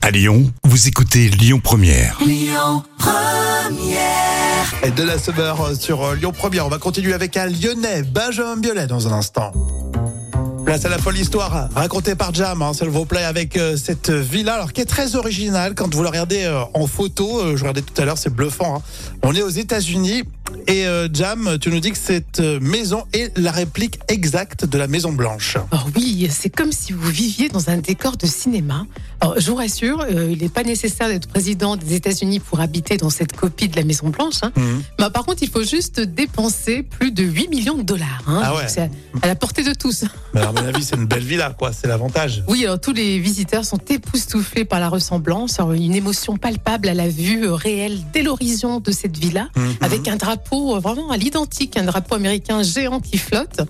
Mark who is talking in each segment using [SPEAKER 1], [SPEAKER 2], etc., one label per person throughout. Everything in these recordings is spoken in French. [SPEAKER 1] À Lyon, vous écoutez Lyon Première.
[SPEAKER 2] Et de la sauveur sur euh, Lyon Première. On va continuer avec un Lyonnais, Benjamin Biolay, dans un instant. Place à la folle histoire racontée par Jam, hein, s'il vous plaît, avec euh, cette villa, alors qui est très originale quand vous la regardez euh, en photo. euh, je regardais tout à l'heure, c'est bluffant. hein. On est aux États-Unis et euh, Jam, tu nous dis que cette euh, maison est la réplique exacte de la Maison Blanche.
[SPEAKER 3] Alors Oh oui, c'est comme si vous viviez dans un décor de cinéma. Alors, je vous rassure, euh, il n'est pas nécessaire d'être président des États-Unis pour habiter dans cette copie de la Maison Blanche. hein. Bah, par contre, il faut juste dépenser plus de 8 millions de dollars. hein.
[SPEAKER 2] Ah ouais.
[SPEAKER 3] Donc, C'est à- à la portée de tous.
[SPEAKER 2] Mais à mon avis, c'est une belle villa, quoi. C'est l'avantage.
[SPEAKER 3] Oui, alors tous les visiteurs sont époustouflés par la ressemblance, Alors, une émotion palpable à la vue euh, réelle dès l'horizon de cette villa,
[SPEAKER 2] Mhm.
[SPEAKER 3] avec un drapeau euh, vraiment à l'identique, un drapeau américain géant qui flotte.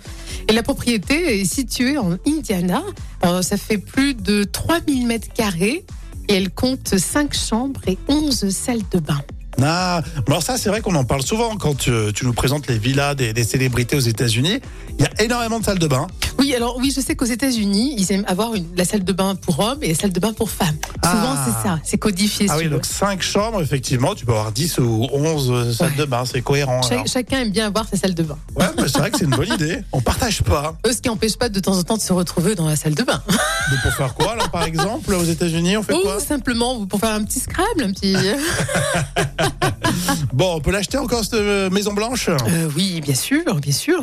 [SPEAKER 3] Et la propriété est située en Indiana, Alors, ça fait plus de 3000 mètres carrés. Et elle compte 5 chambres et 11 salles de bain.
[SPEAKER 2] Ah, mais alors ça, c'est vrai qu'on en parle souvent quand tu, tu nous présentes les villas des, des célébrités aux États-Unis. Il y a énormément de salles de bain.
[SPEAKER 3] Oui, alors oui, je sais qu'aux États-Unis, ils aiment avoir une- la salle de bain pour hommes et la salle de bain pour femmes.
[SPEAKER 2] Ah.
[SPEAKER 3] Souvent, c'est ça, c'est codifié.
[SPEAKER 2] Ah
[SPEAKER 3] si
[SPEAKER 2] oui,
[SPEAKER 3] vous
[SPEAKER 2] donc 5 chambres, effectivement, tu peux avoir 10 ou 11 salles
[SPEAKER 3] Ouais.
[SPEAKER 2] de bain, c'est cohérent.
[SPEAKER 3] voulez.
[SPEAKER 2] alors.
[SPEAKER 3] Cha- chacun aime bien avoir sa salle de bain.
[SPEAKER 2] Ouais, mais c'est vrai que c'est une bonne idée. On partage pas.
[SPEAKER 3] Eux, ce qui n'empêche pas de temps en temps de se retrouver dans la salle de bain.
[SPEAKER 2] Mais pour faire quoi, alors, par exemple, aux États-Unis, on fait
[SPEAKER 3] Ou
[SPEAKER 2] quoi
[SPEAKER 3] simplement pour faire un petit scrabble, un petit.
[SPEAKER 2] Bon, on peut l'acheter encore, cette euh, Maison Blanche
[SPEAKER 3] Euh, oui, bien sûr, bien sûr.